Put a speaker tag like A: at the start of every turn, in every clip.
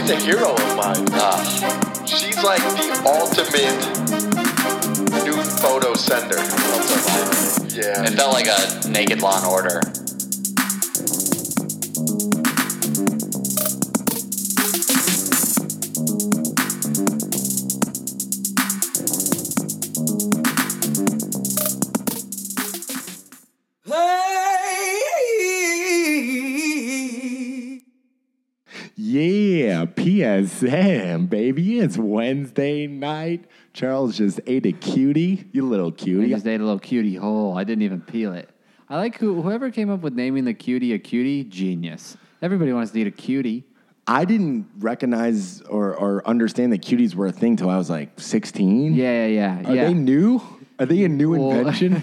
A: Oh my
B: Uh,
A: gosh. She's like the ultimate nude photo sender. Yeah.
B: It felt like a naked Law and Order.
C: Hey.
D: Yeah, PSM, baby. It's Wednesday night. Charles just ate a cutie. You little
E: We
D: cutie.
E: just ate a little cutie hole. I didn't even peel it. I like who, whoever came up with naming the cutie a cutie, genius. Everybody wants to eat a cutie.
D: I didn't recognize or, or understand that cuties were a thing till I was like 16.
E: Yeah, yeah, yeah.
D: Are
E: yeah.
D: they new? Are they a new
E: Well-
D: invention?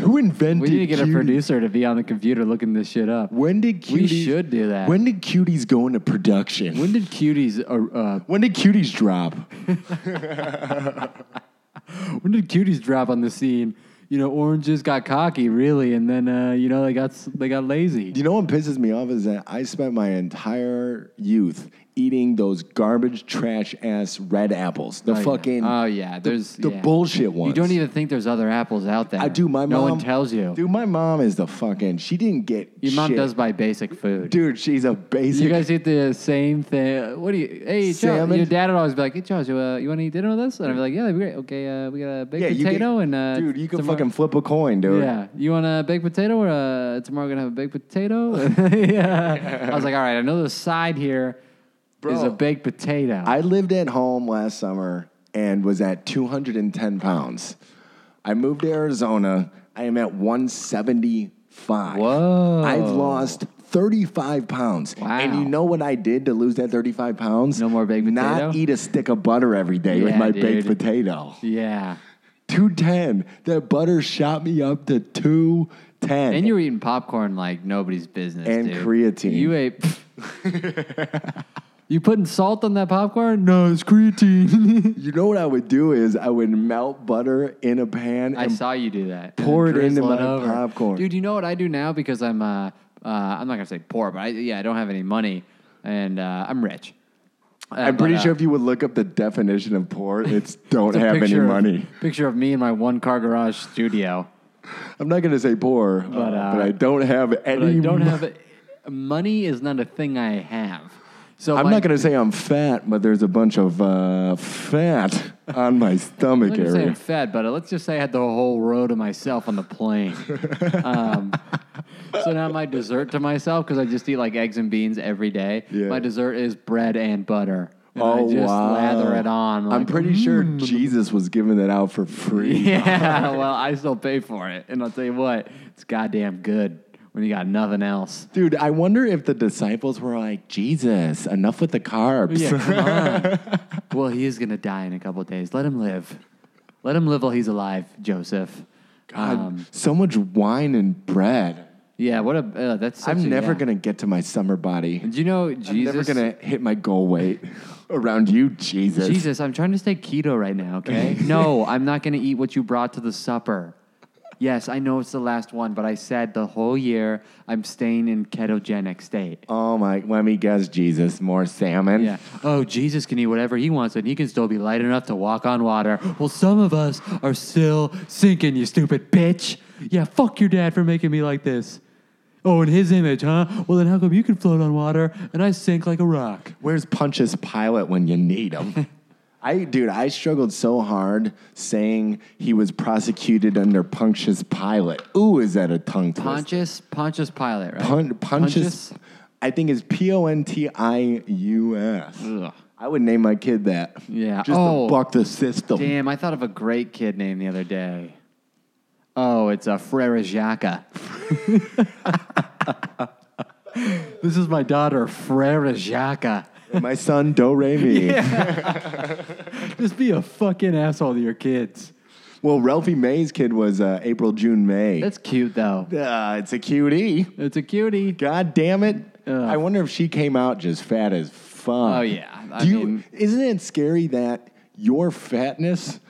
D: Who invented
E: we need to get a
D: cuties?
E: producer to be on the computer looking this shit up.
D: When did cuties,
E: We should do that.
D: When did cuties go into production?
E: When did cuties uh, uh,
D: when did cuties drop?
E: when did cuties drop on the scene? You know, oranges got cocky really, and then uh, you know they got s- they got lazy.
D: You know what pisses me off is that I spent my entire youth eating those garbage, trash ass red apples. The
E: Oh, yeah.
D: fucking
E: Oh, yeah, there's-
D: the, the
E: yeah.
D: bullshit ones.
E: You don't even think there's other apples out there.
D: I do. My
E: no
D: mom.
E: one tells you.
D: Dude, my mom is the fucking. She didn't get.
E: Your mom
D: shit.
E: does buy basic food.
D: Dude, she's a
E: You
D: basic.
E: guys eat the same thing. What do you? Hey, Joe,
D: Salmon?
E: your dad would always be like, "Hey, Joe, you, uh, you want to eat dinner with us?" And I'd be like, "Yeah, that'd be great. Okay, uh, we got a baked
D: yeah, you
E: potato
D: can,
E: and uh,
D: dude, you can
E: tomorrow-
D: fucking flip a coin, dude.
E: yeah. You want a baked potato or uh, tomorrow we're gonna have a baked potato? yeah. I was like, all right, I know the side here is
D: Bro.
E: a baked potato.
D: I lived at home last summer and was at 210 pounds. I moved to Arizona. I am at 175.
E: Whoa.
D: I've lost 35 pounds.
E: Wow.
D: And you know what I did to lose that 35 pounds?
E: No more baked
D: Not
E: potato?
D: eat a stick of butter every day with
E: Yeah,
D: my baked
E: dude.
D: potato.
E: yeah.
D: 210. That butter shot me up to 210.
E: And you were eating popcorn like nobody's business.
D: And
E: dude.
D: creatine.
E: You ate. you putting salt on that popcorn? No, it's creatine.
D: You know what I would do is I would melt butter in a pan
E: I
D: and
E: saw you do that. and
D: pour it
E: drizzle
D: into my
E: over.
D: popcorn.
E: dude. You know what I do now because I'm uh, uh I'm not gonna say poor, but I, yeah, I don't have any money, and uh, I'm rich. Uh,
D: I'm
E: but,
D: pretty
E: uh,
D: sure if you would look up the definition of poor, it's don't
E: it's a
D: have any
E: picture of-
D: money.
E: picture of me in my one car garage studio,
D: I'm not going to say poor, uh, but,
E: uh,
D: I don't have any.
E: but I don't
D: mo-
E: have money. Is not a thing I have. So
D: I'm
E: my-
D: not going to say I'm fat, but there's a bunch of uh, fat on my
E: I'm
D: stomach
E: not gonna say I'm
D: area.
E: fed, but uh, let's just say I had the whole row to myself on the plane. um, so now my dessert to myself because I just eat like eggs and beans every day.
D: Yeah.
E: My dessert is bread and butter. And
D: Oh
E: I just
D: wow!
E: lather it on.
D: I'm
E: like, mm.
D: pretty sure Jesus was giving it out for free.
E: Yeah, well, I still pay for it, and I'll tell you what, it's goddamn good when you got nothing else.
D: Dude, I wonder if the disciples were like, Jesus, enough with the carbs.
E: Yeah, come on. well, he is gonna die in a couple of days. Let him live. Let him live while he's alive, Joseph.
D: God,
E: Um,
D: so much wine and bread.
E: yeah, what a uh, that's. Such
D: I'm
E: a-
D: never
E: yeah.
D: gonna get to my summer body.
E: Do you know Jesus?
D: I'm never gonna hit my goal weight around you, Jesus.
E: Jesus, I'm trying to stay keto right now, okay? no, I'm not gonna eat what you brought to the supper. Yes, I know it's the last one, but I said the whole year I'm staying in ketogenic state.
D: Oh my! Let me guess, Jesus, more salmon.
E: Yeah. Oh, Jesus can eat whatever he wants, and he can still be light enough to walk on water. Well, some of us are still sinking, you stupid bitch. Yeah, fuck your dad for making me like this. Oh, in his image, huh? Well, then how come you can float on water and I sink like a rock?
D: Where's Pontius Pilate when you need him? I, dude, I struggled so hard saying he was prosecuted under Pontius Pilate. Ooh, is that a tongue twister?
E: Pontius, Pontius Pilate, right?
D: Pon- Pontius. I think it's P O N T I U S.
E: Ugh.
D: I would name my kid that.
E: Yeah.
D: Just
E: Oh.
D: to buck the system.
E: Damn, I thought of a great kid name the other day. Oh, it's a Frere Jaca. this is my daughter, Frere Jaca.
D: My son, Do Re Mi.
E: Just be a fucking asshole to your kids.
D: Well, Ralphie May's kid was uh, April, June, May.
E: That's cute, though.
D: uh, it's a cutie.
E: It's a cutie.
D: God damn it.
E: Ugh.
D: I wonder if she came out just fat as fuck.
E: Oh, yeah. I
D: Do you,
E: mean-
D: isn't it scary that your fatness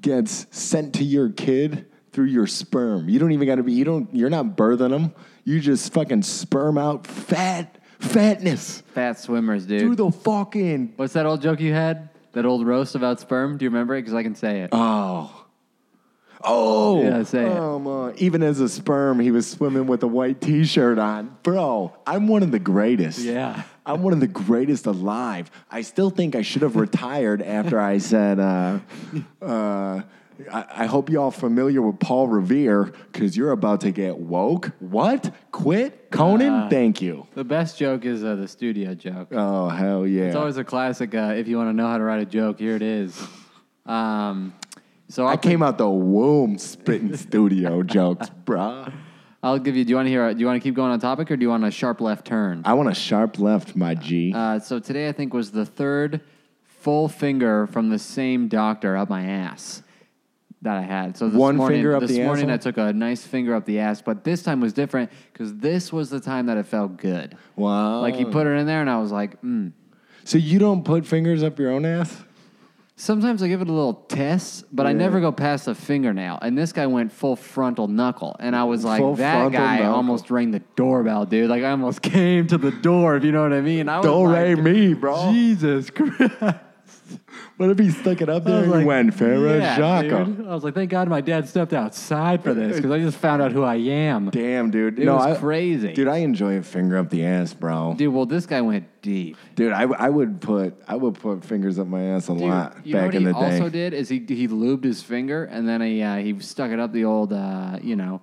D: gets sent to your kid through your sperm? You don't even got to be, you don't, you're not birthing them. You just fucking sperm out fat, fatness.
E: Fat swimmers, dude.
D: Do the fucking
E: What's that old joke you had? That old roast about sperm? Do you remember it? Because I can say it.
D: oh. Oh,
E: Yeah, say it.
D: come on. Even as a sperm, he was swimming with a white T-shirt on, bro. I'm one of the greatest.
E: Yeah.
D: I'm one of the greatest alive. I still think I should have retired after I said, uh, uh, I, I hope y'all familiar with Paul Revere because you're about to get woke. What? Quit? Conan? Thank you.
E: the best joke is uh, the studio joke.
D: Oh, hell yeah.
E: It's always a classic. Uh, if you want to know how to write a joke, here it is. Um, so
D: I
E: I'll,
D: came out the womb spitting studio jokes, bruh.
E: I'll give you. Do you want to hear? Do you want to keep going on topic, or do you want a sharp left turn?
D: I want a sharp left, my G.
E: Uh, so today I think was the third full finger from the same doctor up my ass that I had. So this
D: One
E: morning,
D: finger up
E: this
D: the
E: morning
D: asshole?
E: I took a nice finger up the ass, but this time was different because this was the time that it felt good.
D: wow.
E: Like you put it in there, and I was like, mm.
D: so you don't put fingers up your own ass?
E: sometimes I give it a little test, but I
D: Yeah.
E: never go past the fingernail. And this guy went full frontal knuckle, and I was like,
D: Full
E: that
D: frontal
E: guy
D: knuckle.
E: almost rang the doorbell, dude. Like I almost came to the door, if you know what I mean. I was
D: Don't
E: like,
D: ray me, bro.
E: Jesus Christ.
D: What if he stuck it up
E: I
D: there
E: was
D: and
E: like,
D: went, Farrah
E: yeah,
D: Jaka?
E: dude. I was like, thank God my dad stepped outside for this because I just found out who I am.
D: Damn, dude.
E: It
D: no, I,
E: was crazy.
D: Dude, I enjoy a finger up the ass, bro. Dude,
E: Dude, well, this guy went deep.
D: I, I would put I would put fingers up my ass a
E: Dude,
D: lot
E: you know
D: back
E: what
D: in
E: he
D: the day.
E: also did is he he lubed his finger and then he uh, he stuck it up the old uh, you know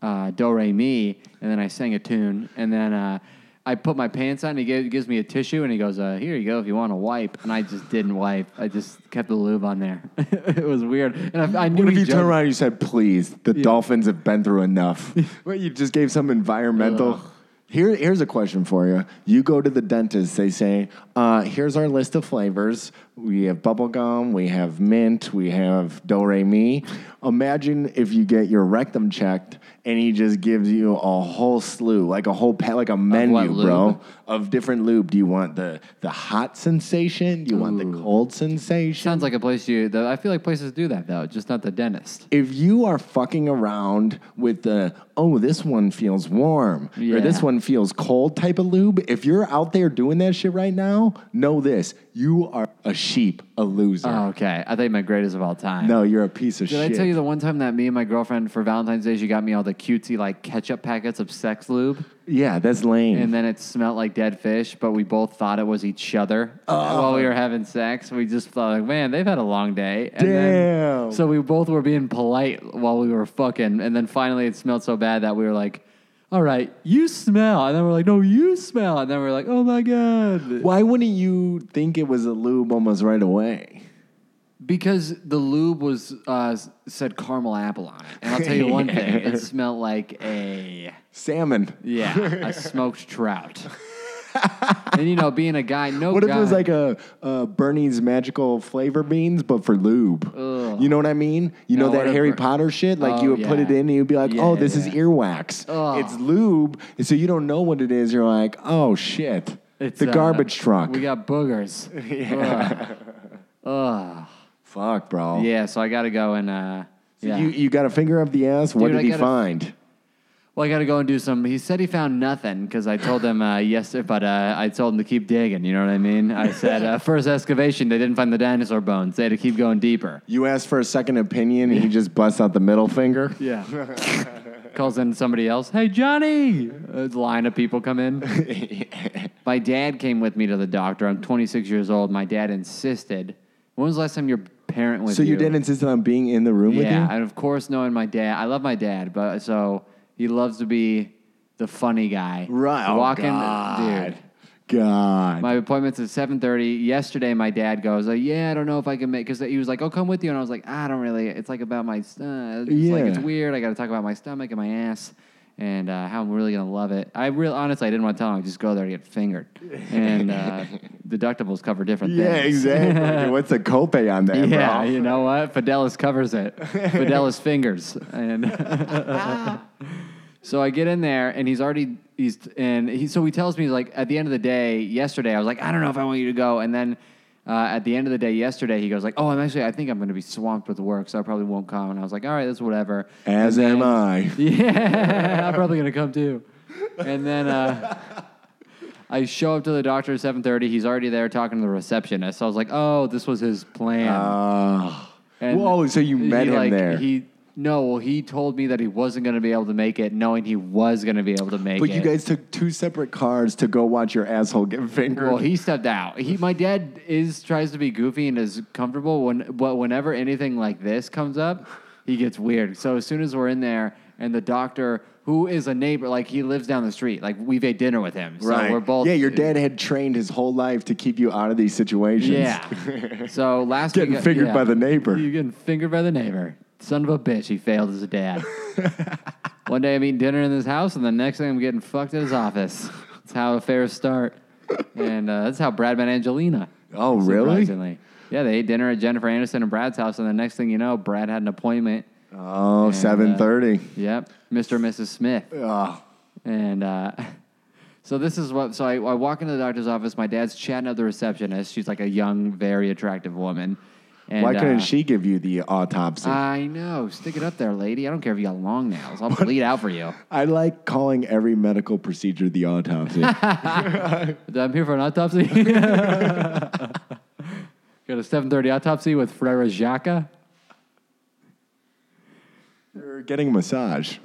E: uh, do re mi and then I sang a tune and then uh, I put my pants on. He gave, gives me a tissue and he goes, uh, "Here you go if you want to wipe." And I just didn't wipe. I just kept the lube on there. it was weird. And I, I knew
D: What if
E: he
D: you
E: joked-
D: turn around and you said, please, the dolphins have been through enough? what, you just gave some environmental.
E: Ugh.
D: Here, here's a question for you. You go to the dentist, they say, uh, here's our list of flavors. We have bubblegum, we have mint, we have do re mi. Imagine if you get your rectum checked and he just gives you a whole slew, like a whole pa- like a
E: what
D: menu,
E: lube?
D: bro, of different lube. Do you want the the hot sensation? Do you want the cold sensation?
E: Sounds like a place you. The, I feel like places do that though, just not the dentist.
D: if you are fucking around with the oh this one feels warm or
E: Yeah.
D: this one feels cold type of lube if you're out there doing that shit right now know this you are a sheep a loser
E: Oh, okay, I think my greatest of all time.
D: no you're a piece of
E: Did
D: shit
E: I tell you the one time that me and my girlfriend for Valentine's Day she got me all the cutesy like ketchup packets of sex lube,
D: yeah that's lame
E: and then it smelled like dead fish, but we both thought it was each other
D: Oh.
E: while we were having sex. We just thought like, man, they've had a long day. And
D: Damn.
E: Then, so we both were being polite while we were fucking, and then finally it smelled so bad that we were like, all right, you smell, and then we're like, no, you smell, and then we're like, oh my god,
D: why wouldn't you think it was a lube almost right away
E: Because the lube was uh, s- said caramel apple on it, and I'll tell you one thing: it smelled like a
D: salmon
E: yeah a smoked trout. and you know, being a guy, no.
D: what if it was
E: guy-
D: like a, a Bernie's magical flavor beans, but for lube? You know what I mean? You
E: No,
D: know that
E: what a
D: Harry
E: Ber-
D: Potter shit? Like
E: Oh,
D: you would put
E: yeah.
D: it in and you'd be like,
E: Yeah,
D: oh, this is
E: yeah.
D: earwax. It's lube. And so you don't know what it is. You're like, oh, shit.
E: It's,
D: the
E: uh,
D: garbage truck.
E: We got boogers.
D: Fuck, bro.
E: yeah, so I got to go and uh, yeah.
D: You, you got a finger up the ass. What
E: Dude,
D: did
E: I
D: he
E: gotta-
D: find?
E: well, I got to go and do some. He said he found nothing because I told him uh, yes, but uh, I told him to keep digging. You know what I mean? I said uh, first excavation, they didn't find the dinosaur bones. They had to keep going deeper.
D: You asked for a second opinion and he just busts out the middle finger.
E: Yeah. Calls in somebody else. Hey, Johnny! A line of people come in. My dad came with me to the doctor. I'm 26 years old. My dad insisted. When was the last time your parent was
D: So your dad insisted on being in the room
E: Yeah,
D: with you?
E: and of course, knowing my dad, I love my dad, but so he loves to be the funny guy.
D: Right. Oh,
E: Walking,
D: God.
E: dude.
D: God.
E: My appointment's at 7:30. Yesterday, my dad goes, like, "Yeah, I don't know if I can make," because he was like, "Oh, come with you," and I was like, "I don't really. It's like about my, uh, it's like it's
D: Yeah.
E: weird. I got to talk about my stomach and my ass." And uh, how I'm really gonna love it. I real honestly, I didn't want to tell him. I just go there to get fingered, and uh, deductibles cover different
D: yeah,
E: things.
D: exactly. What's the copay on that,
E: Yeah,
D: bro?
E: you know what? Fidelis covers it. Fidelis fingers. And so I get in there and he's already he's and he so he tells me like at the end of the day yesterday I was like I don't know if I want you to go and then uh, at the end of the day yesterday he goes like oh I'm actually I think I'm going to be swamped with work so I probably won't come and I was like all right that's whatever
D: As
E: And
D: am
E: then-
D: I.
E: yeah, I'm probably gonna come too. And then uh, I show up to the doctor at 7:30. He's already there talking to the receptionist. So I was like, "Oh, this was his plan."
D: Uh,
E: And
D: Whoa, so you
E: he,
D: met him
E: like,
D: there.
E: He no, well, he told me that he wasn't going to be able to make it, knowing he was going to be able to make
D: but
E: it.
D: you guys took two separate cars to go watch your asshole get fingered.
E: Well, he stepped out. He, my dad is tries to be goofy and is comfortable when, but whenever anything like this comes up, he gets weird. So as soon as we're in there, and the doctor, who is a neighbor, like he lives down the street, like we've ate dinner with him, so we're both.
D: Yeah, your dad had trained his whole life to keep you out of these situations.
E: Yeah. so last
D: Getting
E: week, I-
D: fingered
E: yeah.
D: by the neighbor.
E: You getting fingered by the neighbor? Son of a bitch! He failed as a dad. One day I'm eating dinner in his house, and the next thing I'm getting fucked at his office. That's how affairs start, and uh, that's how Brad met Angelina.
D: Oh, really?
E: Surprisingly. Yeah, they ate dinner at Jennifer Anderson and Brad's house, and the next thing you know, Brad had an appointment.
D: Oh,
E: uh,
D: 7.30.
E: Yep, Mr. and Mrs. Smith.
D: Ugh.
E: And uh, so this is what. So I, I walk into the doctor's office. My dad's chatting up the receptionist. She's like a young, very attractive woman. And,
D: Why couldn't
E: uh,
D: she give you the autopsy?
E: I know. Stick it up there, lady. I don't care if you got long nails. I'll bleed out for you.
D: I like calling every medical procedure the autopsy.
E: I'm here for an autopsy. Got a 7:30 autopsy with Frere Jaca.
D: You're getting a massage.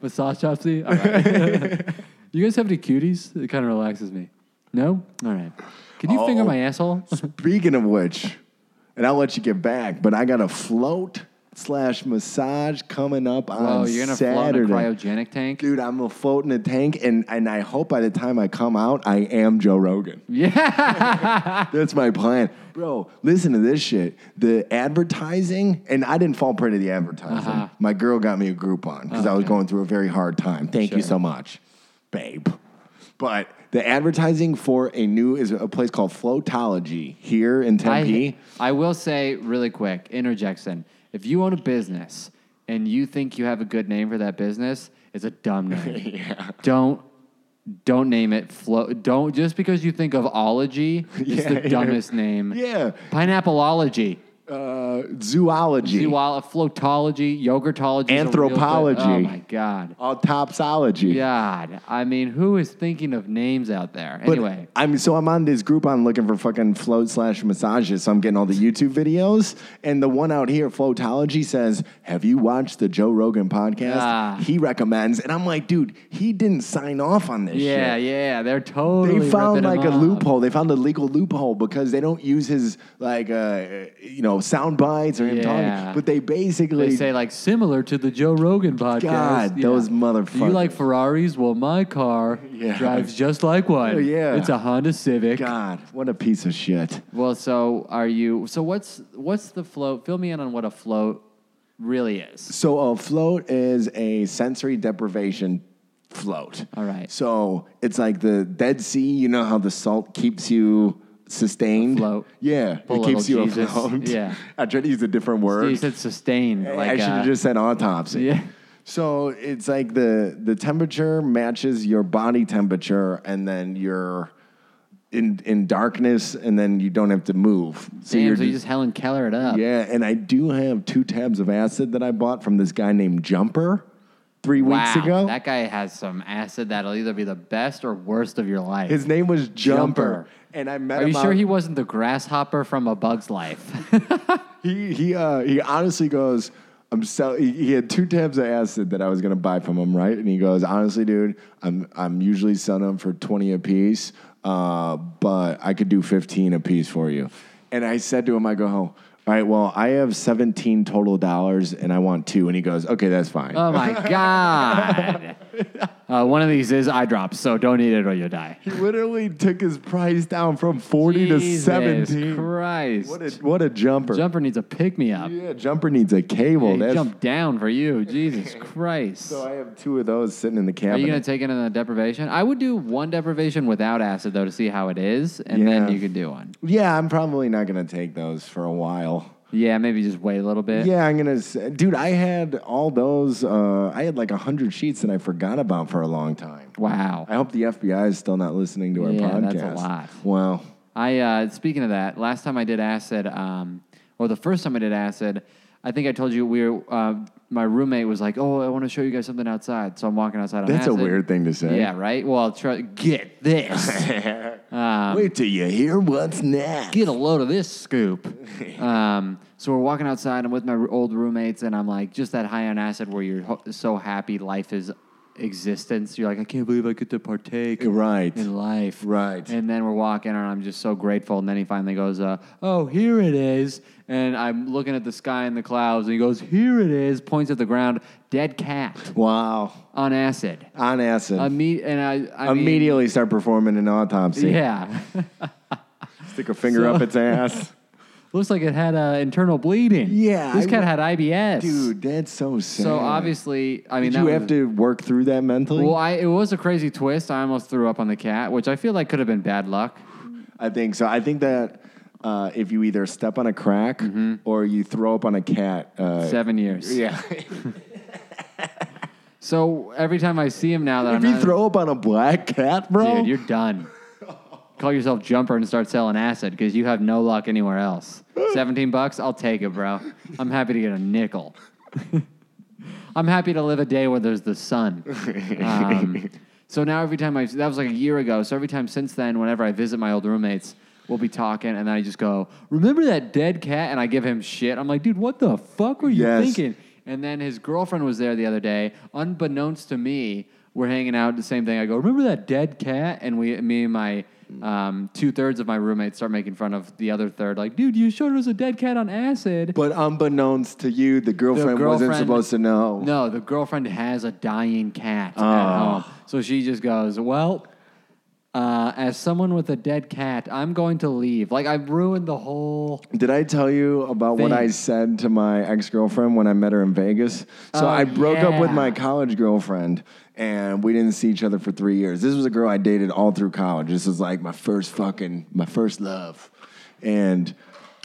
E: Massage chopsy. All right. you guys have any cuties? It kind of relaxes me. No? All right. Can you finger
D: Oh.
E: my asshole?
D: Speaking of which, and I'll let you get back, but I got a float slash massage coming up on
E: Oh, you're gonna
D: Saturday.
E: float in a cryogenic tank.
D: Dude, I'm a float in a tank, and, and I hope by the time I come out, I am Joe Rogan.
E: Yeah.
D: That's my plan. Bro, listen to this shit. The advertising, and I didn't fall prey to the advertising.
E: Uh-huh.
D: My girl got me a Groupon because I was going through a very hard time. Thank you so much, babe. But the advertising for a new is a place called Floatology here in Tempe.
E: I, I will say really quick, interjection. If you own a business and you think you have a good name for that business, it's a dumb name. Don't don't name it flow. Don't just because you think of ology, it's
D: Yeah,
E: the
D: yeah.
E: dumbest name.
D: yeah,
E: Pineappleology.
D: uh, zoology,
E: Zoolo- floatology, yogurtology, is a real thing.
D: Anthropology.
E: Oh my god,
D: autopsology.
E: god! I mean, who is thinking of names out there?
D: But
E: Anyway,
D: I'm so I'm on this Groupon looking for fucking float slash massages. So I'm getting all the YouTube videos, and the one out here, Floatology, says, "Have you watched the Joe Rogan podcast?
E: Ah.
D: He recommends." And I'm like, dude, he didn't sign off on this.
E: yeah,
D: shit.
E: yeah, they're totally.
D: They found
E: ripping
D: like a
E: them off.
D: loophole. They found a legal loophole because they don't use his like uh, you know sound bites or him
E: Yeah.
D: talking, but they basically
E: They say like similar to the Joe Rogan podcast.
D: God, those motherfuckers.
E: Do you like Ferraris? Well, my car
D: Yeah.
E: drives just like one.
D: Oh, yeah.
E: it's a Honda Civic.
D: God, what a piece of shit.
E: Well, so are you? So what's what's the float? Fill me in on what a float really is.
D: So a float is a sensory deprivation float.
E: All right.
D: So it's like the Dead Sea. You know how the salt keeps you sustained.
E: Afloat.
D: Yeah,
E: Poor
D: it keeps you
E: little Jesus.
D: afloat.
E: Yeah.
D: I tried to use a different word.
E: You said sustain. Like
D: I should
E: uh,
D: have just said autopsy.
E: Yeah.
D: So it's like the the temperature matches your body temperature, and then you're in in darkness, and then you don't have to move. So
E: Damn,
D: you're
E: so you just Helen Keller it up.
D: yeah, and I do have two tabs of acid that I bought from this guy named Jumper three
E: Wow,
D: weeks ago.
E: that guy has some acid that'll either be the best or worst of your life.
D: His name was Jumper,
E: Jumper.
D: and I met
E: Are
D: him.
E: you sure
D: out-
E: he wasn't the grasshopper from A Bug's Life?
D: He he uh, he honestly goes. I'm sell. He, he had two tabs of acid that I was gonna buy from him, right? And he goes, honestly, dude, I'm I'm usually selling them for twenty a piece, uh, but I could do fifteen a piece for you. And I said to him, I go, "Oh, all right, well, I have seventeen total dollars, and I want two. And he goes, okay, that's fine.
E: oh my god! Uh, one of these is eye drops, so don't eat it or you'll die.
D: He literally took his price down from 40
E: Jesus
D: to 17.
E: Christ!
D: What a, what a jumper.
E: Jumper needs a pick me up.
D: Yeah, jumper needs a cable. That's,
E: jump down for you, Jesus Christ!
D: So I have two of those sitting in the
E: Are
D: cabinet.
E: you gonna take it in the deprivation? I would do one deprivation without acid though to see how it is, and then
D: Yeah.
E: you could do one.
D: yeah, I'm probably not going to take those for a while.
E: Yeah, maybe just wait a little bit.
D: Yeah, I'm going to. Dude, I had all those. Uh, I had like 100 sheets that I forgot about for a long time.
E: Wow.
D: I hope the FBI is still not listening to our
E: Yeah,
D: podcast.
E: that's a lot.
D: Wow.
E: I uh, speaking of that, last time I did acid, um, or the first time I did acid, I think I told you we were uh, my roommate was like, "Oh, I want to show you guys something outside." So I'm walking outside. On
D: That's a
E: acid.
D: weird thing to say.
E: Yeah, right. Well, try, get this.
D: Wait till you hear what's next.
E: um, get a load of this scoop. Um, so we're walking outside. I'm with my r- old roommates, and I'm like, just that high on acid where you're ho- so happy life is existence. You're like, I can't believe I get to partake
D: Right.
E: in life.
D: Right.
E: And then we're walking, and I'm just so grateful. And then he finally goes, uh, Oh, here it is. And I'm looking at the sky and the clouds, and he goes, Here it is, points at the ground, dead cat
D: Wow.
E: on acid.
D: On acid.
E: Imme- and I, I mean-
D: Immediately start performing an autopsy.
E: yeah.
D: Stick a finger up its ass.
E: Looks like it had uh, internal bleeding.
D: Yeah,
E: This
D: I
E: cat
D: w-
E: had IBS.
D: Dude, that's so sad.
E: So obviously, I
D: Did
E: mean, that
D: you
E: was-
D: have to work through that mentally?
E: Well, I, it was a crazy twist. I almost threw up on the cat, which I feel like could have been bad luck.
D: I think so. I think that uh, if you either step on a crack or you throw up on a cat, uh,
E: Mm-hmm. Seven years.
D: yeah.
E: So every time I see him now, that
D: if
E: I'm
D: you
E: not,
D: throw up on a black cat, bro,
E: dude, you're done. Call yourself Jumper and start selling acid because you have no luck anywhere else. Seventeen bucks, I'll take it, bro. I'm happy to get a nickel. I'm happy to live a day where there's the sun. Um, so now every time I that was like a year ago. So every time since then, whenever I visit my old roommates, we'll be talking, and then I just go, "Remember that dead cat?" And I give him shit. I'm like, "Dude, what the fuck were you
D: Yes.
E: thinking?" And then his girlfriend was there the other day, unbeknownst to me. We're hanging out. The same thing. I go, "Remember that dead cat?" And we, me and my. Um, two thirds of my roommates start making fun of the other third, like, dude, you showed us a dead cat on acid.
D: but unbeknownst to you, the
E: The
D: girlfriend, wasn't
E: girlfriend-
D: supposed to know.
E: No, the girlfriend has a dying cat at
D: Oh.
E: home. So she just goes, Well, uh, as someone with a dead cat, I'm going to leave. Like, I've ruined the whole.
D: Did I tell you about what I
E: Thanks.
D: said to my ex girlfriend when I met her in Vegas? So
E: Oh,
D: I broke up with
E: yeah.
D: my college girlfriend and we didn't see each other for three years. This was a girl I dated all through college. This was like my first fucking, my first love. And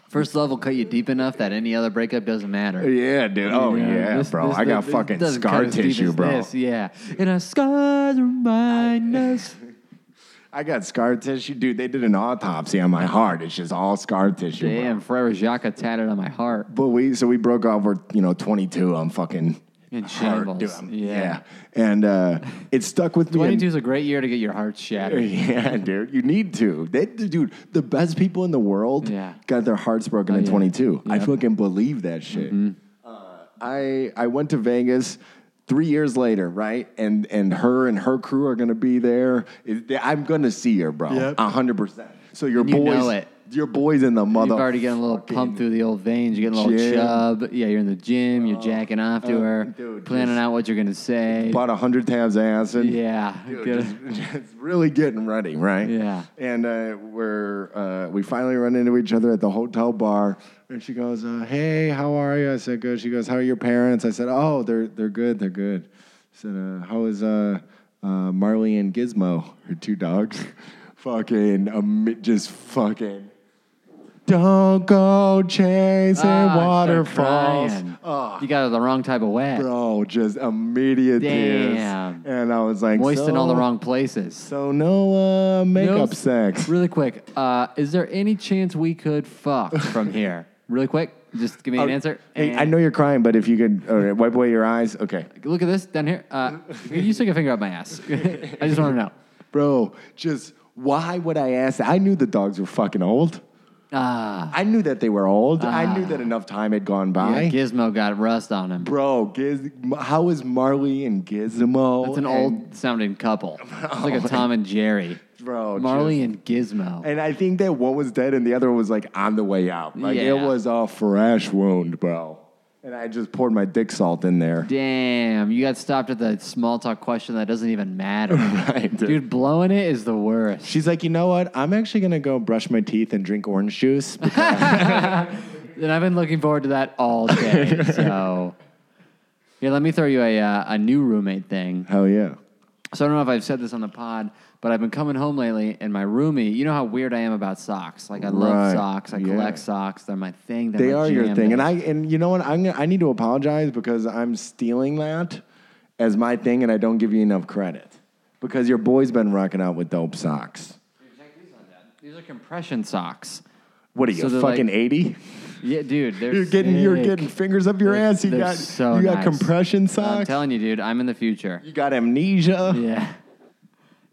E: First love will cut you deep enough that any other breakup doesn't matter.
D: yeah, dude. Oh, yeah,
E: this-
D: bro.
E: this-
D: I got
E: this
D: fucking
E: doesn't cut
D: scar
E: as deep as
D: tissue, bro.
E: this, yeah. And our scars remind us.
D: I got scar tissue. Dude, they did an autopsy on my heart. It's just all scar tissue. bro.
E: Damn, Frere Jacques tatted on my heart.
D: But we so we broke off. We're you know 22. I'm fucking
E: In
D: hard, dude.
E: shambles.
D: I'm-
E: Yeah.
D: and uh, it stuck with me.
E: 22 is a great year to get your heart shattered.
D: Yeah, dude, you need to. They, dude, the best people in the world
E: Yeah.
D: got their hearts broken
E: Oh,
D: at
E: yeah.
D: 22. I
E: Yep. Mm-hmm.
D: fucking believe that shit. Uh, I I went to Vegas three years later, right? And and her and her crew are gonna be there. It- they- I'm gonna see her, bro.
E: Yep.
D: A hundred percent. So your
E: you
D: boys,
E: know it.
D: your boys in the mother.
E: You've already getting a little pump through the old veins. You're getting a little
D: gym.
E: chub. Yeah, you're in the gym. You're jacking off to
D: oh,
E: her,
D: dude,
E: planning
D: just-
E: out what you're gonna say.
D: Bought a hundred tabs of acid.
E: yeah,
D: Dude,
E: good.
D: just, just really getting ready, right?
E: Yeah.
D: And uh, we're uh, we finally run into each other at the hotel bar, and she goes, uh, "Hey, how are you?" I said, "Good." She goes, "How are your parents?" I said, "Oh, they're they're good. They're good." I said, uh, "How is uh, uh, Marley and Gizmo, her two dogs?" fucking, um, just fucking. Don't go chasing
E: Ah, start
D: waterfalls.
E: crying.
D: Oh,
E: You got her the wrong type of wet,
D: bro, just immediate tears.
E: Damn.
D: And I was like,
E: moist in all the
D: "So-
E: wrong places.
D: so no uh, makeup
E: No-
D: sex.
E: Really quick, uh, is there any chance we could fuck from here? Really quick, just give me an answer.
D: Oh, Hey, I
E: And
D: know you're crying, but if you could all right, wipe away your eyes, okay,
E: Look at this down here. Uh, you stick a finger up my ass. I just want to know.
D: bro. Just why would I ask? That? I knew the dogs were fucking old.
E: Ah,
D: I knew that they were old. I knew that enough time had gone by.
E: yeah, Gizmo got rust on him.
D: bro, Giz, how is Marley and Gizmo?
E: That's an
D: and- Oh,
E: old sounding couple. It's like a Tom and Jerry.
D: Bro,
E: Marley and Gizmo.
D: And I think that one was dead and the other one was like on the way out. Like it
E: Yeah.
D: was a fresh wound, bro. And I just poured my dick salt in there.
E: Damn, you got stopped at the small talk question that doesn't even matter.
D: Right, dude.
E: Dude, blowing it is the worst.
D: She's like, you know what? I'm actually gonna go brush my teeth and drink orange juice.
E: And I've been looking forward to that all day. so, here, let me throw you a, uh, a new roommate thing.
D: Hell yeah.
E: So I don't know if I've said this on the pod, but I've been coming home lately, and my roomie. You know how weird I am about socks. Like I
D: Right,
E: love socks. I
D: yeah.
E: collect socks. They're my thing. They're
D: They
E: my
D: are your
E: jam.
D: thing, and
E: They're-
D: I and you know what? I'm gonna, I need to apologize because I'm stealing that as my thing, and I don't give you enough credit because your boy's been rocking out with dope socks.
E: These are compression socks.
D: What are
E: So
D: you
E: they're
D: fucking
E: like-
D: eighty?
E: Yeah, dude. They're
D: You're getting you're
E: sick.
D: getting fingers up your
E: They're-
D: ass. You
E: they're
D: got
E: so
D: you got
E: nice.
D: compression
E: I'm
D: socks.
E: telling you, dude. I'm in the future.
D: you got amnesia.
E: Yeah.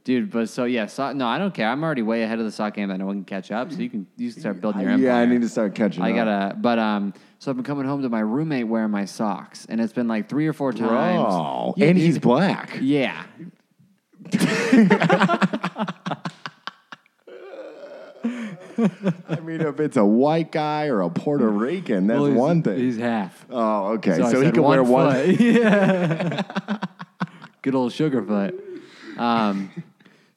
E: Dude, but so yeah, so, no, I don't care. I'm already way ahead of the sock game, and no one can catch up. So you can you can start building your
D: Yeah,
E: empire.
D: I need to start catching.
E: I
D: up.
E: gotta, but um, so I've been coming home to my roommate wearing my socks, and it's been like three or four times.
D: Bro.
E: Yeah,
D: and
E: dude.
D: he's black.
E: yeah.
D: I mean, if it's a white guy or a Puerto Rican, that's
F: Well, he's-
D: one thing.
F: He's half.
D: oh, okay.
E: I
D: So, he
E: said
D: can wear one.
E: foot. yeah. Good old Sugarfoot. Um,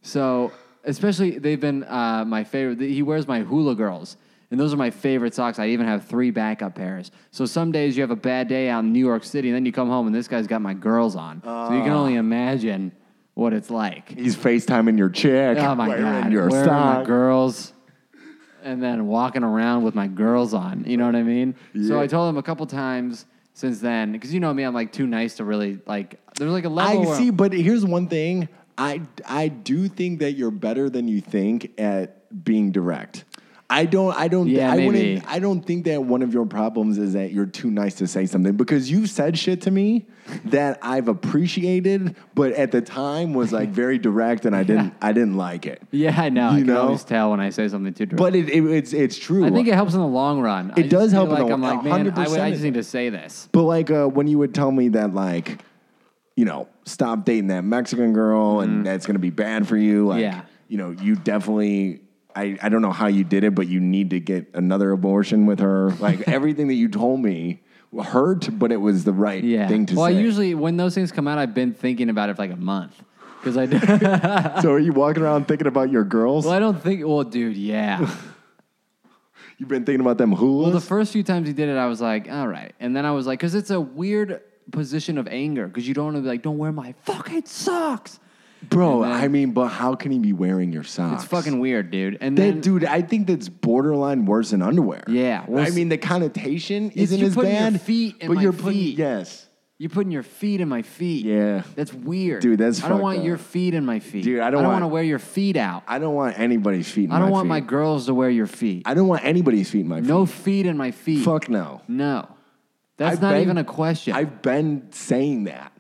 E: so especially they've been uh, my favorite. He wears my Hula Girls, and those are my favorite socks. I even have three backup pairs. So some days you have a bad day out in New York City, and then you come home and this guy's got my girls on. so you can
D: Ah.
E: only imagine what it's like.
D: He's FaceTiming your chick.
E: Oh my
D: wearing
E: god!
D: Your
E: Wearing my
D: sock.
E: girls, and then walking around with my girls on. You know what I mean? So
D: Yeah.
E: I told him a couple times since then, because you know me, I'm like too nice to really like. There's like a level.
D: I
E: where
D: see, but here's one thing. I I do think that you're better than you think at being direct. I don't I don't
E: Yeah,
D: I
E: maybe.
D: wouldn't I don't think that one of your problems is that you're too nice to say something because you've said shit to me that I've appreciated but at the time was like very direct and I didn't I didn't like it.
E: Yeah, I know. I
D: You
E: can
D: know?
E: always tell when I say something too direct.
D: But it, it it's it's true.
E: I think it helps in the long run. I
D: It does
E: just feel
D: help in the
E: Like I'm
D: long-
E: like, man, I, would- I
D: 100%
E: just need to say this.
D: But like uh, when you would tell me that, like, you know, stop dating that Mexican girl and that's gonna be bad for you. Like,
E: Mm-hmm. Yeah.
D: you know, you definitely. I, I don't know how you did it, but you need to get another abortion with her. Like everything that you told me hurt, but it was the right
E: Yeah.
D: thing to
E: well,
D: say.
E: I usually when those things come out, I've been thinking about it for like a month because I. do
D: so are you walking around thinking about your girls?
E: well, I don't think. Well, dude, yeah.
D: You've been thinking about them hoolas?
E: Well, the first few times he did it, I was like, all right. And then I was like, because it's a weird position of anger because you don't want to be like, don't wear my fucking socks.
D: Bro,
E: and then-
D: I mean, but how can he be wearing your socks?
E: It's fucking weird, dude. And then,
D: That dude, I think that's borderline worse than underwear.
E: Yeah, well,
D: I mean the connotation
E: Yes,
D: isn't
E: you're
D: as
E: putting your
D: bad.
E: feet in
D: but
E: my
D: you're putting
E: feet.
D: yes,
E: you're putting your feet in my feet.
D: Yeah.
E: That's weird.
D: Dude, that's
E: I don't
D: fucked
E: want
D: up.
E: your feet in my feet.
D: Dude, I don't
E: want
D: want-
E: to wear your feet out. I,
D: I don't want anybody's feet. In
E: don't
D: my
E: want
D: feet.
E: my girls to wear your feet.
D: I don't want anybody's feet in my
E: no
D: feet.
E: feet in my feet.
D: fuck no.
E: No. That's
D: I've
E: not
D: been-
E: even a question.
D: I've been saying that.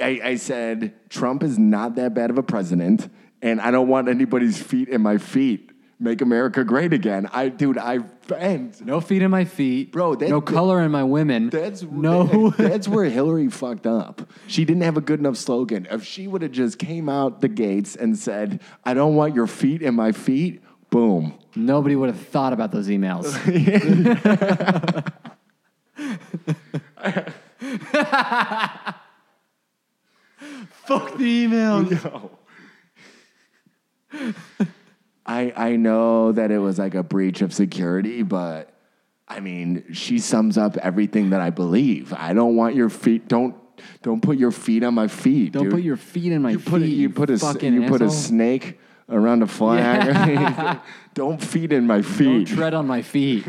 D: I, I said Trump is not that bad of a president, and I don't want anybody's feet in my feet. Make America great again. I dude, I've been.
E: no feet in my feet.
D: Bro, that-
E: no color in my women.
D: That's
E: no.
D: that's where Hillary fucked up. She didn't have a good enough slogan. If she would have just came out the gates and said, "I don't want your feet in my feet," boom.
E: Nobody would have thought about those emails. Fuck the emails.
D: I I know that it was like a breach of security, but I mean, she sums up everything that I believe. I don't want your feet. Don't don't put your feet on my feet.
E: Don't
D: dude.
E: put your feet in my
D: you
E: feet.
D: put a, you put a s-
E: fucking
D: you put a
E: asshole.
D: snake around a flag. don't feet in my
E: Don't
D: feet.
E: tread on my feet.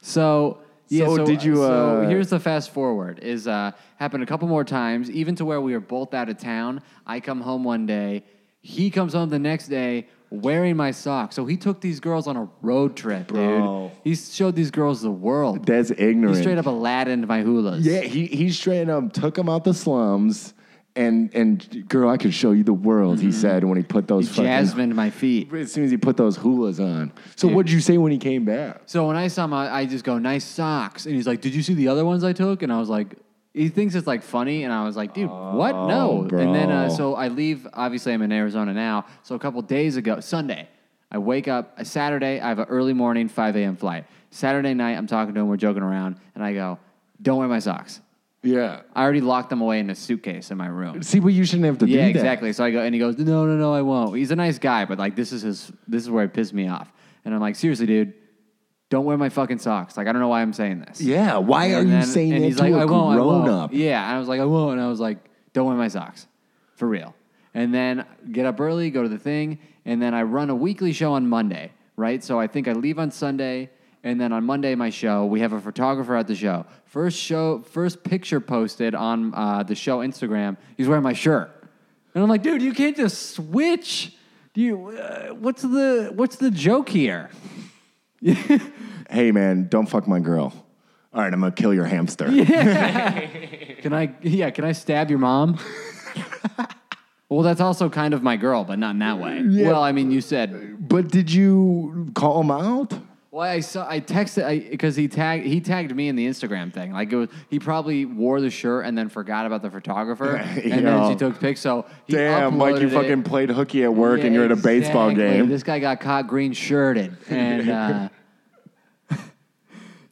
E: so yeah. So,
D: So did you,
E: so
D: uh,
E: here's the fast forward. Is uh, happened a couple more times, even to where we were both out of town. I come home one day. He comes home the next day wearing my socks. So he took these girls on a road trip,
D: Bro.
E: dude. He showed these girls the world.
D: That's ignorant.
E: He straight up Aladdin my hulas.
D: Yeah, he he straight up took him out the slums, and and girl, I could show you the world. He said when he put those fucking-
E: Mm-hmm. Jasmine my feet.
D: As soon as he put those hulas on. So
E: Dude.
D: what did you say when he came back?
E: So when I saw him, I I just go, nice socks. And he's like, did you see the other ones I took? And I was like, he thinks it's like funny. And I was like, dude, what? No. And then, uh,
D: bro.
E: so I leave. Obviously, I'm in Arizona now. So a couple days ago, Sunday, I wake up. A Saturday, I have an early morning, 5 a.m. flight. Saturday night, I'm talking to him. We're joking around. And I go, don't wear my socks.
D: Yeah.
E: I already locked them away in a suitcase in my room.
D: See, but you shouldn't have to do
E: Yeah,
D: that.
E: exactly. So I go, and he goes, no, no, no, I won't. He's a nice guy, but like this is his, this is where it pissed me off. And I'm like, seriously, dude, don't wear my fucking socks. Like I don't know why I'm saying this.
D: Yeah. Why
E: And
D: are you
E: then-
D: saying
E: and
D: that
E: he's
D: to
E: like,
D: a
E: I won't, I
D: grown
E: won't.
D: up?
E: Yeah, and I was like, I won't, and I was like, don't wear my socks, for real. And then get up early, go to the thing, and then I run a weekly show on Monday, right? So I think I leave on Sunday, and then on Monday my show, we have a photographer at the show. First show, first picture posted on uh, the show Instagram. He's wearing my shirt, and I'm like, dude, you can't just switch. Do you? Uh, what's the what's the joke here?
D: hey, man, don't fuck my girl. All right, I'm going to kill your hamster.
E: Can I? Yeah, can I stab your mom? well, that's also kind of my girl, but not in that way. Well, I mean, you said.
D: But did you call him out?
E: Well, I saw. I texted because he tagged. He tagged me in the Instagram thing. Like it was, he probably wore the shirt and then forgot about the photographer, and
D: Yo.
E: then she took pics. So he
D: Damn, Mike, you
E: uploaded it.
D: fucking played hooky at work
E: Yeah,
D: and you're at a baseball
E: exactly.
D: game.
E: This guy got caught green shirted, and uh,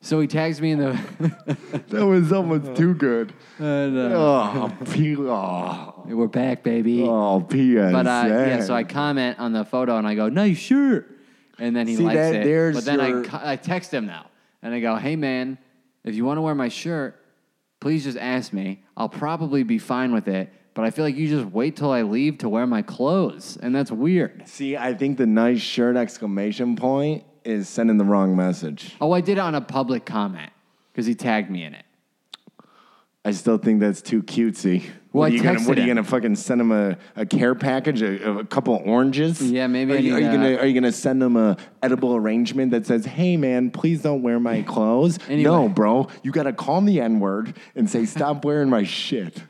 E: so he tags me in the.
D: That was
E: Oh.
D: almost too good.
E: and, uh,
D: Oh, P- oh,
E: We're back, baby.
D: oh PSN.
E: But uh, yeah, so I comment on the photo and I go, nice shirt. And then he
D: See,
E: likes
D: that-
E: it.
D: there's
E: but then
D: your-
E: I, co- I text him now and I go, hey, man, if you want to wear my shirt, please just ask me. I'll probably be fine with it. But I feel like you just wait till I leave to wear my clothes. And that's weird.
D: See, I think the nice shirt exclamation point is sending the wrong message.
E: Oh, I did it on a public comment because he tagged me in it.
D: I still think that's too cutesy.
E: Well,
D: what
E: I
D: are you gonna,
E: texted
D: what are you
E: him.
D: gonna fucking send him a, a care package of a, couple oranges?
E: Yeah, maybe
D: Are
E: I
D: you, are
E: need
D: you
E: a-
D: gonna are you gonna send him a edible arrangement that says, "Hey man, please don't wear my clothes"? No,
E: Anyway.
D: bro, you gotta call him the N word and say, "Stop wearing my shit."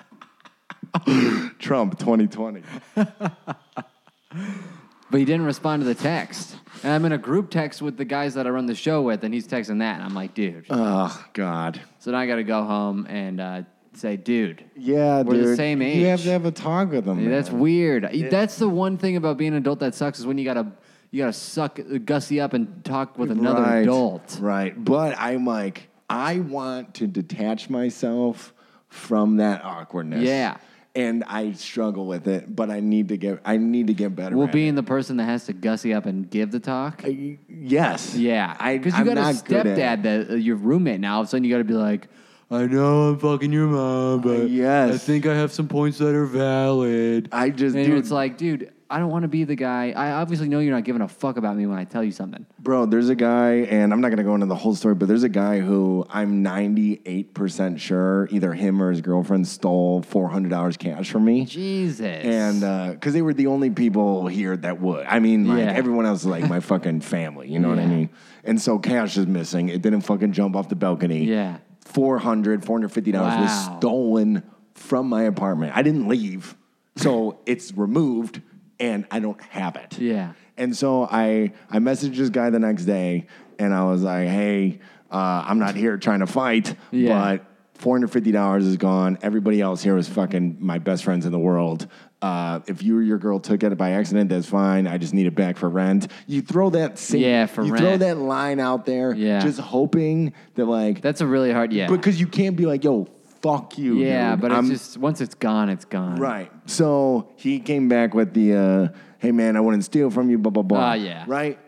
D: Trump 2020.
E: But he didn't respond to the text. And I'm in a group text with the guys that I run the show with, and he's texting that. And I'm like, dude.
D: Oh God.
E: so now I got to go home and uh, say, dude.
D: Yeah,
E: We're the
D: dude.
E: same
D: You
E: age.
D: have to have a talk with him.
E: Yeah,
D: man.
E: that's weird. that's the one thing about being an adult that sucks is when you gotta you gotta suck gussy up and talk with another
D: right.
E: adult.
D: Right. But I'm like, I want to detach myself from that awkwardness.
E: Yeah.
D: And I struggle with it, but I need to get I need to get better.
E: Well,
D: at
E: being the person that has to gussy up and give the talk.
D: it. yes.
E: yeah,
D: I
E: because you
D: I'm
E: got a
D: not good at it.
E: stepdad that uh, your roommate now. All of a sudden, you got to be like,
F: I know I'm fucking your mom, but
D: yes.
F: I think I have some points that are valid.
D: I just
E: and
D: dude,
E: it's like, dude, I don't want to be the guy. I obviously know you're not giving a fuck about me when I tell you something.
D: Bro, there's a guy, and I'm not gonna go into the whole story, but there's a guy who I'm 98% sure either him or his girlfriend stole $400 cash from me.
E: Jesus.
D: and because they were the only people here that would. I mean, like
E: Yeah.
D: everyone else is like my fucking family. You know what I
E: Yeah.
D: mean? And so cash is missing. It didn't fucking jump off the balcony.
E: Yeah.
D: 400 450 dollars was
E: Wow.
D: stolen from my apartment. I didn't leave, so it's removed, and I don't have it.
E: Yeah.
D: And so I I messaged this guy the next day, and I was like, "Hey, uh, I'm not here trying to fight,
E: Yeah.
D: but." Four hundred fifty dollars is gone. Everybody else here was fucking my best friends in the world. Uh, if you or your girl took it by accident, that's fine. I just need it back for rent. You throw that same,
E: Yeah, for
D: you throw
E: rent.
D: that line out there,
E: Yeah.
D: just hoping that like
E: that's a really hard. Yeah.
D: because you can't be like, yo, fuck you.
E: yeah,
D: dude.
E: but it's
D: I'm-
E: just once it's gone, it's gone.
D: Right. So he came back with the, uh, hey man, I wouldn't steal from you, blah blah blah.
E: Ah, yeah.
D: Right.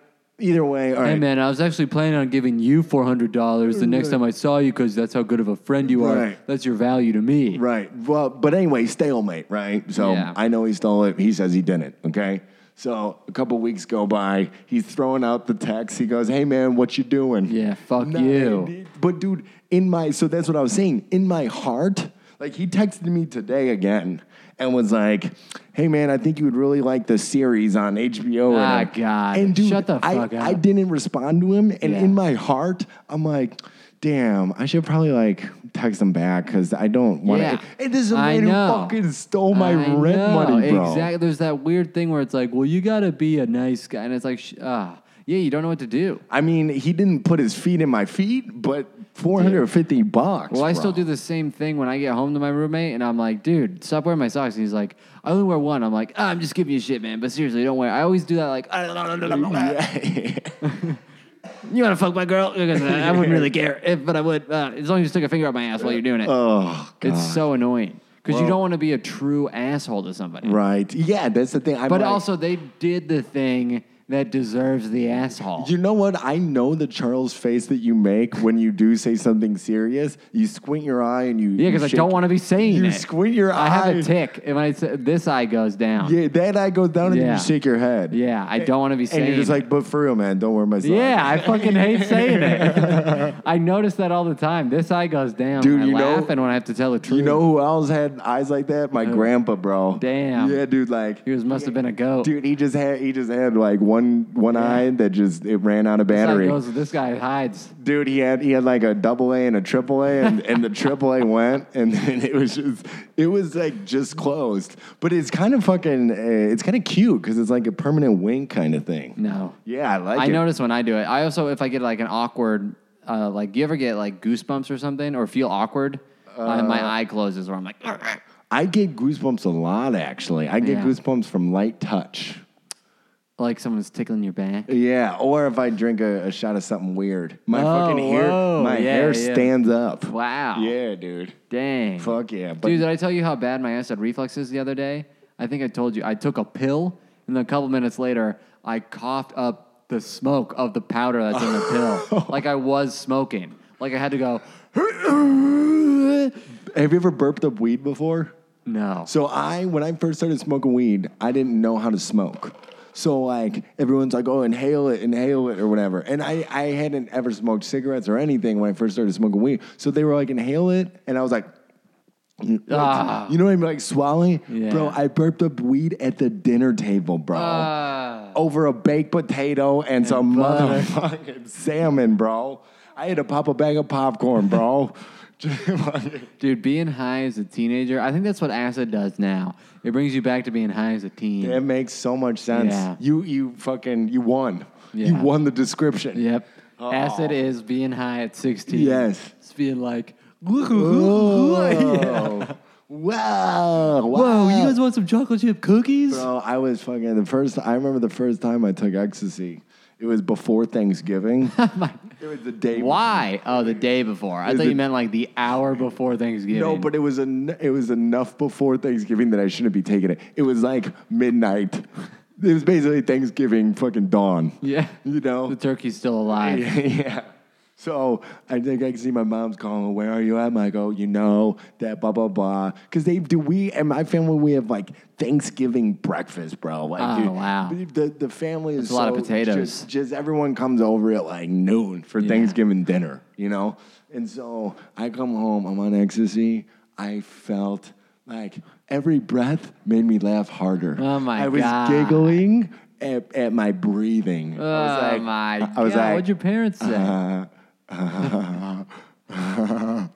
D: Either way, all right.
F: Hey man, I was actually planning on giving you four hundred dollars the next time I saw you because that's how good of a friend you are.
D: Mm-hmm. Right.
F: That's your value to me.
D: Right. Well, but anyway, stalemate. Right. So
E: Yeah.
D: I know he stole it. He says he didn't. Okay. So a couple weeks go by. He's throwing out the text. He goes, "Hey man, what you doing?"
E: Yeah, fuck
D: Nah,
E: you.
D: dude. But dude, in my so that's what I was saying. In my heart, like he texted me today again and was like, "Hey man, I think you would really like the series on HBO." or
E: Ah,
D: whatever."
E: God.
D: And dude,
E: Shut the
D: I-
E: fuck
D: I
E: up.
D: didn't respond to him, and
E: Yeah.
D: in my heart, I'm like. Damn, I should probably like text him back because I don't want to.
E: Yeah.
D: And this is a
E: I
D: man who
E: know.
D: fucking stole my
E: I
D: rent
E: know,
D: money, bro.
E: Exactly. There's that weird thing where it's like, well, you gotta be a nice guy, and it's like, sh- ah, yeah, you don't know what to do.
D: I mean, he didn't put his feet in my feet, but 450 bucks.
E: Well, I still
D: bro.
E: do the same thing when I get home to my roommate, and I'm like, dude, stop wearing my socks. And he's like, I only wear one. I'm like, ah, I'm just giving you shit, man. But seriously, don't wear. I always do that. Like, "Ah,
D: Yeah.
E: you wanna fuck my girl? Because I wouldn't really care, if, but I would uh, as long as you stick a finger up my ass while you're doing it.
D: oh,
E: it's so annoying because you don't want to be a true asshole to somebody.
D: Right. Yeah, that's the thing. I'm
E: But
D: like-
E: also, they did the thing that deserves the asshole.
D: you know what? I know the Charles face that you make when you do say something serious. You squint your eye and you.
E: Yeah, because I don't want to be saying
D: You
E: it.
D: squint your
E: I have
D: eye.
E: a tick, and when I say, this eye goes down. Yeah,
D: Yeah, that eye goes down and then
E: Yeah.
D: you shake your head.
E: I don't want to be saying.
D: And you're just
E: it.
D: like, but for real, man, don't wear my socks.
E: yeah, I fucking hate saying it. I notice that all the time. This eye goes down.
D: Dude,
E: when I
D: you know-
E: laugh, and when I have to tell the truth,
D: You know who else had eyes like that? My grandpa, bro.
E: damn.
D: Yeah, dude. Like,
E: yours must have been a goat.
D: dude, he just had he just had like one one eye that just it ran out of
E: This guy
D: battery.
E: goes- this guy hides.
D: Dude, he had he had like a double A and a triple A, and, and the triple A went, and then it was just it was like just closed. But it's kind of fucking uh, it's kind of cute because it's like a permanent wink kind of thing.
E: No.
D: Yeah, I like
E: I
D: it.
E: notice when I do it. I also, if I get like an awkward, uh, like, you ever get like goosebumps or something or feel awkward? my,
D: Uh,
E: my eye closes or I'm like,
D: I get goosebumps a lot actually. I get
E: Yeah.
D: goosebumps from light touch.
E: like someone's tickling your back.
D: Yeah, or if I drink a, a shot of something weird, my
E: Oh,
D: fucking hair
E: whoa.
D: my
E: Yeah,
D: hair
E: yeah.
D: stands up.
E: Wow.
D: Yeah, dude.
E: Dang.
D: Fuck yeah, but
E: Dude, did I tell you how bad my acid reflux is the other day? I think I told you. I took a pill, and then a couple minutes later, I coughed up the smoke of the powder that's in the pill. Like I was smoking. Like I had to go,
D: have you ever burped up weed before?
E: no.
D: So I, when I first started smoking weed, I didn't know how to smoke. So like everyone's like, oh, inhale it, inhale it, or whatever. And I, I hadn't ever smoked cigarettes or anything when I first started smoking weed. So they were like, inhale it, and I was like,
E: Ah.
D: you know what I mean, like swallowing,
E: Yeah.
D: bro. I burped up weed at the dinner table, bro,
E: Ah.
D: over a baked potato and, some motherfucking salmon, bro. I had to pop a bag of popcorn, bro.
E: Dude, being high as a teenager, I think that's what acid does now. It brings you back to being high as a teen.
D: It makes so much sense.
E: Yeah.
D: You you fucking you won. You
E: Yeah.
D: won the description.
E: Yep. Acid is being high at 16.
D: Oh. Yes.
E: It's being like,
D: Whoa. Wow.
F: Whoa, you guys want some chocolate chip cookies?
D: Bro, I was fucking the first I remember the first time I took ecstasy. It was before Thanksgiving. it was the day
E: why? Oh, the day before. I
D: Is
E: thought
D: it-
E: you meant like the hour before Thanksgiving.
D: No, but it was en- it was enough before Thanksgiving that I shouldn't be taking it. It was like midnight. It was basically Thanksgiving fucking dawn.
E: Yeah.
D: You know?
E: The turkey's still alive.
D: yeah. So I think I can see my mom's calling, where are you at? And I go, you know, that blah, blah, blah. Because they do, we and my family, we have like Thanksgiving breakfast, bro. Like,
E: Oh, wow.
D: The, the family is
E: a lot of
D: so-
E: potatoes.
D: Just, just everyone comes over at like noon for Thanksgiving dinner, you know? And so I come home, I'm on ecstasy. I felt like every breath made me laugh harder.
E: Oh, my
D: I was
E: God.
D: giggling at, at my breathing.
E: Oh
D: I was like,
E: my
D: I was like,
E: god!
D: uh-huh.
E: What'd your parents say?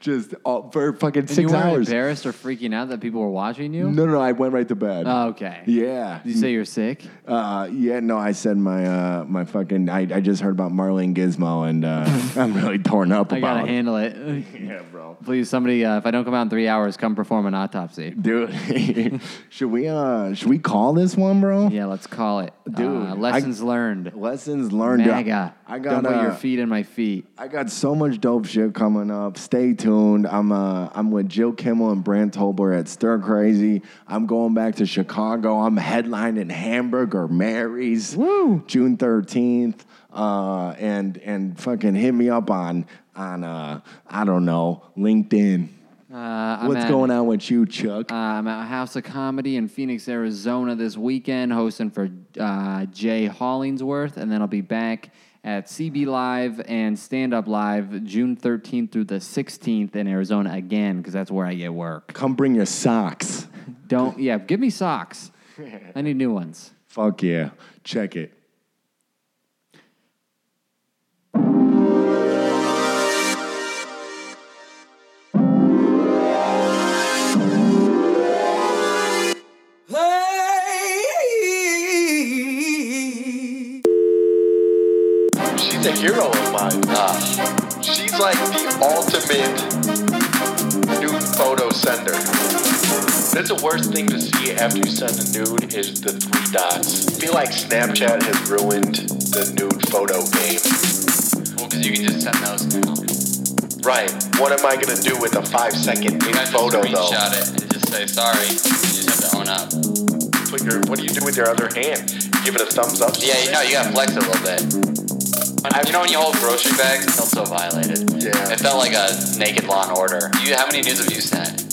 D: just all, for fucking
E: you
D: six
E: weren't
D: hours. No,
E: embarrassed or freaking out that people were watching you?
D: no, no, I went right to bed.
E: Oh, okay.
D: yeah.
E: Did you say you're sick?
D: Uh, yeah, no, I said my uh, my fucking. I, I just heard about Marlene Gizmo, and uh, I'm really torn up
E: I gotta
D: about it.
E: handle it.
D: Yeah, bro.
E: Please, somebody. Uh, if I don't come out in three hours, come perform an autopsy.
D: Dude, should we uh should we call this one, bro?
E: Yeah, let's call it.
D: Dude, I-
E: uh, lessons learned.
D: Lessons learned.
E: MAGA.
D: I got
E: don't put your
D: uh,
E: feet in my feet.
D: I got so much dope shit coming up. Stay tuned. I'm uh, I'm with Jill Kimmel and Brant Tolber at Stir Crazy. I'm going back to Chicago. I'm headlining Hamburger Mary's Woo. June 13th. Uh, and and fucking hit me up on on uh, I don't know LinkedIn.
E: Uh, I'm
D: What's
E: at,
D: going on with you, Chuck?
E: Uh, I'm at House of Comedy in Phoenix, Arizona this weekend, hosting for uh, Jay Hollingsworth, and then I'll be back at CB Live and Stand Up Live June 13th through the 16th in Arizona again, because that's where I get work.
D: Come bring your socks.
E: Don't, yeah, give me socks. I need new ones.
D: Fuck yeah, check it.
C: Hey.
A: She's a hero of mine. She's like the ultimate nude photo sender. That's the worst thing to see after you send a nude is the three dots. I feel like Snapchat has ruined the nude photo game.
B: Well, because you can just send those now.
A: Right. What am I gonna do with a five second
B: You
A: nude
B: have to
A: photo though?
B: screenshot it and just say sorry. You just have to own up.
A: Put your, what do you do with your other hand? Give it a thumbs up.
B: Yeah, you know, you gotta flex a little bit. you know when you hold grocery bags, it felt so violated.
A: Yeah.
B: It felt like a naked Law and Order. You, how many news have you sent?